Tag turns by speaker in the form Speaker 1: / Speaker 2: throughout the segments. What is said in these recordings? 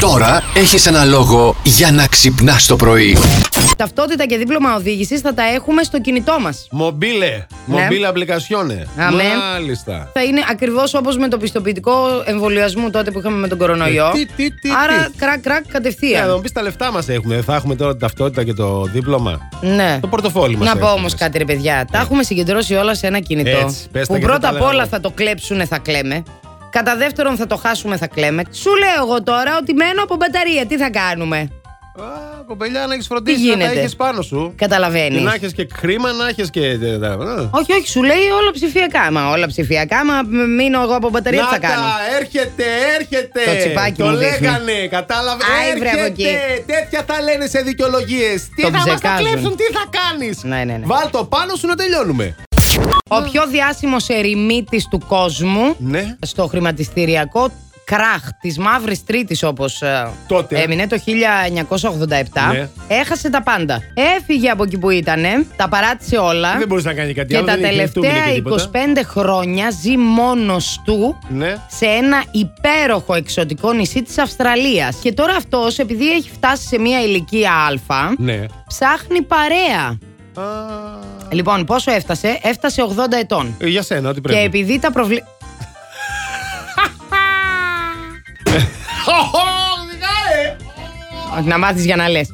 Speaker 1: Τώρα έχεις ένα λόγο για να ξυπνάς το πρωί.
Speaker 2: Ταυτότητα και δίπλωμα οδήγησης θα τα έχουμε στο κινητό μας.
Speaker 3: Μομπίλε. Μομπίλε απλικασιόνε.
Speaker 2: Αμέ.
Speaker 3: Μάλιστα.
Speaker 2: Θα είναι ακριβώς όπως με το πιστοποιητικό εμβολιασμού τότε που είχαμε με τον κορονοϊό.
Speaker 3: Ε, Τι, τι, τι,
Speaker 2: Άρα,
Speaker 3: τι.
Speaker 2: κρακ, κρακ,
Speaker 3: Ε,
Speaker 2: κατευθείαν.
Speaker 3: να μου πει τα λεφτά μας έχουμε. Θα έχουμε τώρα την ταυτότητα και το δίπλωμα.
Speaker 2: Ναι.
Speaker 3: Το πορτοφόλι μας.
Speaker 2: Να πω όμω κάτι, ρε παιδιά. Τα έχουμε συγκεντρώσει όλα σε ένα κινητό.
Speaker 3: Ε. Έτσι, πες τα
Speaker 2: που
Speaker 3: και θα
Speaker 2: πρώτα
Speaker 3: τα
Speaker 2: απ' όλα
Speaker 3: λέμε.
Speaker 2: θα το κλέψουνε, θα κλαίμε. Κατά δεύτερον, θα το χάσουμε, θα κλαίμε. Σου λέω εγώ τώρα ότι μένω από μπαταρία. Τι θα κάνουμε.
Speaker 3: Α, κοπελιά, να έχεις φροντίσει να τα
Speaker 2: γίνεται?
Speaker 3: έχεις πάνω σου. Και
Speaker 2: Καταλαβαίνει.
Speaker 3: Να έχεις και χρήμα, να έχεις και. Να
Speaker 2: Όχι, όχι, σου λέει όλα ψηφιακά. Μα όλα ψηφιακά. Μα μ- μείνω εγώ από μπαταρία, τι θα
Speaker 3: τα,
Speaker 2: κάνω.
Speaker 3: έρχεται, έρχεται.
Speaker 2: Το τσιπάκι
Speaker 3: το
Speaker 2: μου δείχνει.
Speaker 3: λέγανε, κατάλαβε.
Speaker 2: Άι, βρε από
Speaker 3: έρχεται. Τέτοια θα λένε σε δικαιολογίε. Τι
Speaker 2: Το
Speaker 3: θα μα τα
Speaker 2: ψεκάζουν.
Speaker 3: κλέψουν, τι θα κάνει.
Speaker 2: Ναι, ναι, ναι.
Speaker 3: Βάλ το πάνω σου να τελειώνουμε.
Speaker 2: Ο πιο διάσημος ερημίτης του κόσμου
Speaker 3: Ναι.
Speaker 2: στο χρηματιστηριακό κράχ της Μαύρης Τρίτης, όπως
Speaker 3: Τότε.
Speaker 2: ε, έμεινε το 1987,
Speaker 3: Ναι.
Speaker 2: έχασε τα πάντα. Έφυγε από εκεί που ήταν, τα παράτησε όλα.
Speaker 3: Δεν μπορούσε να κάνει κάτι
Speaker 2: και
Speaker 3: άλλο.
Speaker 2: τα
Speaker 3: δεν εκνεευτούμε
Speaker 2: τελευταία
Speaker 3: και τίποτα.
Speaker 2: 25 χρόνια ζει μόνος του
Speaker 3: Ναι.
Speaker 2: σε ένα υπέροχο εξωτικό νησί της Αυστραλίας. Και τώρα αυτός, επειδή έχει φτάσει σε μια ηλικία α,
Speaker 3: Ναι.
Speaker 2: ψάχνει παρέα.
Speaker 3: Α,
Speaker 2: Λοιπόν, πόσο έφτασε, έφτασε 80 ετών.
Speaker 3: ε, για σένα, ό,τι
Speaker 2: Και
Speaker 3: πρέπει.
Speaker 2: επειδή τα προβλήματα. Να μάθεις για να λες.
Speaker 3: ε.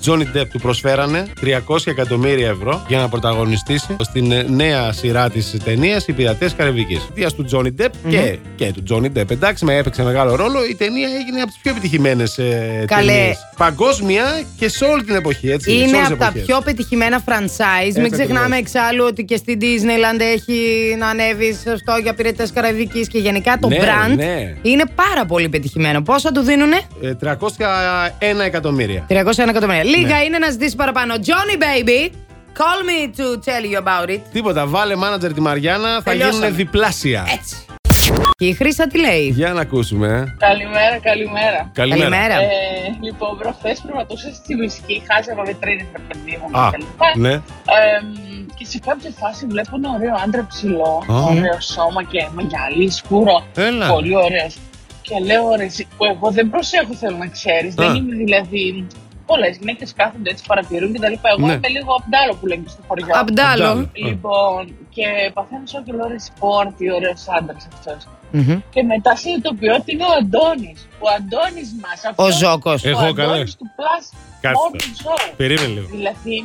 Speaker 3: Τζόνι Ντεπ του προσφέρανε 300 εκατομμύρια ευρώ για να πρωταγωνιστήσει στην ε, νέα σειρά της ταινίας Οι Πειρατές Καραϊβικής. Δία του Τζόνι Ντεπ και, και του Τζόνι Ντεπ. Εντάξει, με έπαιξε μεγάλο ρόλο. Η ταινία έγινε από τις πιο επιτυχημένες ε,
Speaker 2: Καλέ.
Speaker 3: ταινίες. Παγκόσμια και σε όλη την εποχή. Έτσι, σε
Speaker 2: Είναι
Speaker 3: όλες τις
Speaker 2: από τα
Speaker 3: εποχές.
Speaker 2: πιο πετυχημένα franchise. Μην
Speaker 3: ακριβώς.
Speaker 2: ξεχνάμε εξάλλου ότι και στην Disneyland έχει να ανέβει σε αυτό για πυρετέ Καραϊβικής και γενικά το
Speaker 3: Ναι,
Speaker 2: brand
Speaker 3: ναι.
Speaker 2: είναι πάρα πολύ πετυχημένο. Πόσα του δίνουνε?
Speaker 3: Ε, 301 εκατομμύρια.
Speaker 2: 301 εκατομμύρια.
Speaker 3: Ναι.
Speaker 2: Λίγα είναι να ζητήσει παραπάνω. Johnny Baby, call me to tell you about it.
Speaker 3: Τίποτα, βάλε μάνατζερ τη Μαριάννα, θα
Speaker 2: Τελειώσαμε. Ε.
Speaker 3: γίνουν διπλάσια.
Speaker 2: Έτσι. Και η Χρύσα τι λέει.
Speaker 3: Για να ακούσουμε. ε.
Speaker 4: Καλημέρα, καλημέρα.
Speaker 3: Καλημέρα.
Speaker 4: Ε, λοιπόν, προχθές περπατούσα στη μουσική, χάζευα βιτρίνε με παιδί μου.
Speaker 3: Α,
Speaker 4: και τα λοιπά.
Speaker 3: ναι.
Speaker 4: Ε, και σε κάποια φάση βλέπω ένα ωραίο άντρα ψηλό,
Speaker 3: Α.
Speaker 4: ωραίο σώμα και μαγιαλί, σκούρο.
Speaker 3: Έλα.
Speaker 4: Πολύ ωραίος. Και λέω, ρε, εσύ, που εγώ δεν προσέχω, θέλω να ξέρεις. Δεν είμαι δηλαδή. Πολλές γυναίκες κάθονται έτσι, παρατηρούν κτλ. Εγώ
Speaker 3: Ναι.
Speaker 4: είμαι λίγο απντάλο που λέγεται στο χωριό.
Speaker 2: Αμπτάλο.
Speaker 4: Λοιπόν, και παθαίνω σαν και λέω, ρε, εσύ, πω, τι ωραίος άντρας αυτός. Και μετά συνειδητοποιώ ότι είναι ο Αντώνης. Ο Αντώνης μας.
Speaker 2: Ο Ζώκος.
Speaker 3: Εγώ, καλές.
Speaker 4: του Plus
Speaker 3: Κάτσε.
Speaker 4: Morning Show.
Speaker 3: Περίμενε λίγο.
Speaker 4: Δηλαδή,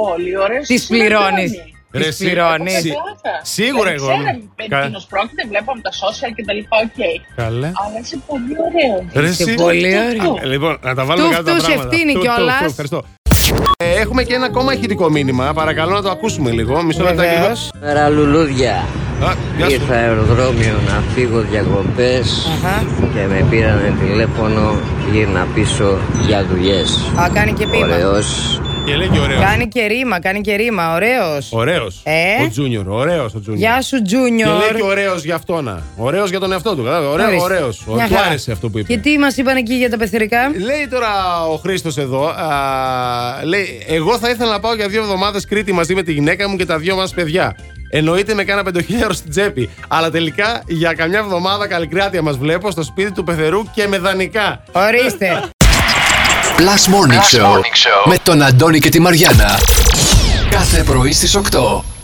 Speaker 4: πολύ ωραίος.
Speaker 2: Τις πληρώνεις.
Speaker 3: Ρε,
Speaker 2: Τις
Speaker 3: εσύ-
Speaker 2: πληρώνεις.
Speaker 3: Σι- σίγουρα εγώ, ναι.
Speaker 4: Δεν
Speaker 3: Κα-
Speaker 4: ξέρω Δηλαδή, τι πρόκειται, βλέπω από τα social και τα λοιπά, οκ.
Speaker 3: Καλέ.
Speaker 4: Αλλά είσαι πολύ ωραίο.
Speaker 3: Ρε,
Speaker 2: Είσαι
Speaker 3: εσύ.
Speaker 2: πολύ
Speaker 4: Αυτό.
Speaker 2: ωραίο.
Speaker 3: Ε, Λοιπόν, να τα βάλουμε
Speaker 2: Τουφ,
Speaker 3: κάτω τα
Speaker 2: τουφ,
Speaker 3: πράγματα.
Speaker 2: ευθύνη
Speaker 3: Τουφ, τουφ,
Speaker 2: κιόλας.
Speaker 3: τουφ, Ευχαριστώ. Ε, Έχουμε και ένα ακόμα ηχητικό μήνυμα. Παρακαλώ να το ακούσουμε λίγο. Μισό λεπτό
Speaker 2: Βεβαίως.
Speaker 3: ακριβώ.
Speaker 5: Καλημέρα λουλούδια.
Speaker 3: Γεια σου.
Speaker 5: Ήρθα αεροδρόμιο να φύγω διακοπές
Speaker 2: Αχα.
Speaker 5: και με πήρανε τηλέφωνο γύρνα πίσω για δουλειές.
Speaker 2: Α, κάνει και πείμα.
Speaker 5: Ωραίος.
Speaker 3: Και λέει και ωραίος.
Speaker 2: Κάνει και ρήμα, κάνει και ρήμα. Ωραίος.
Speaker 3: Ωραίος.
Speaker 2: Ε.
Speaker 3: Ο Τζούνιορ. Ωραίος ο Τζούνιορ.
Speaker 2: Γεια σου,
Speaker 3: Και λέει και
Speaker 2: Junior.
Speaker 3: ωραίος για αυτό να. Ωραίος για τον εαυτό του. Κατάλαβες. Ωραίο.
Speaker 2: Ορίστε.
Speaker 3: Ωραίος. Ο-
Speaker 2: Μια
Speaker 3: Του
Speaker 2: χαρά.
Speaker 3: άρεσε αυτό που είπε. Ε,
Speaker 2: Και τι μας είπαν εκεί για τα πεθερικά.
Speaker 3: Λέει τώρα ο Χρήστος εδώ, α, λέει, Εγώ θα ήθελα να πάω για δύο εβδομάδες Κρήτη μαζί με τη γυναίκα μου και τα δύο μας παιδιά. Εννοείται με κάνα πεντοχίλιαρο στην τσέπη. Αλλά τελικά για καμιά εβδομάδα καλικράτεια μας βλέπω στο σπίτι του πεθερού και με δανεικά.
Speaker 2: Ορίστε.
Speaker 1: Plus Morning, Show, με τον Αντώνη και τη Μαριάνα. Κάθε πρωί στις 8.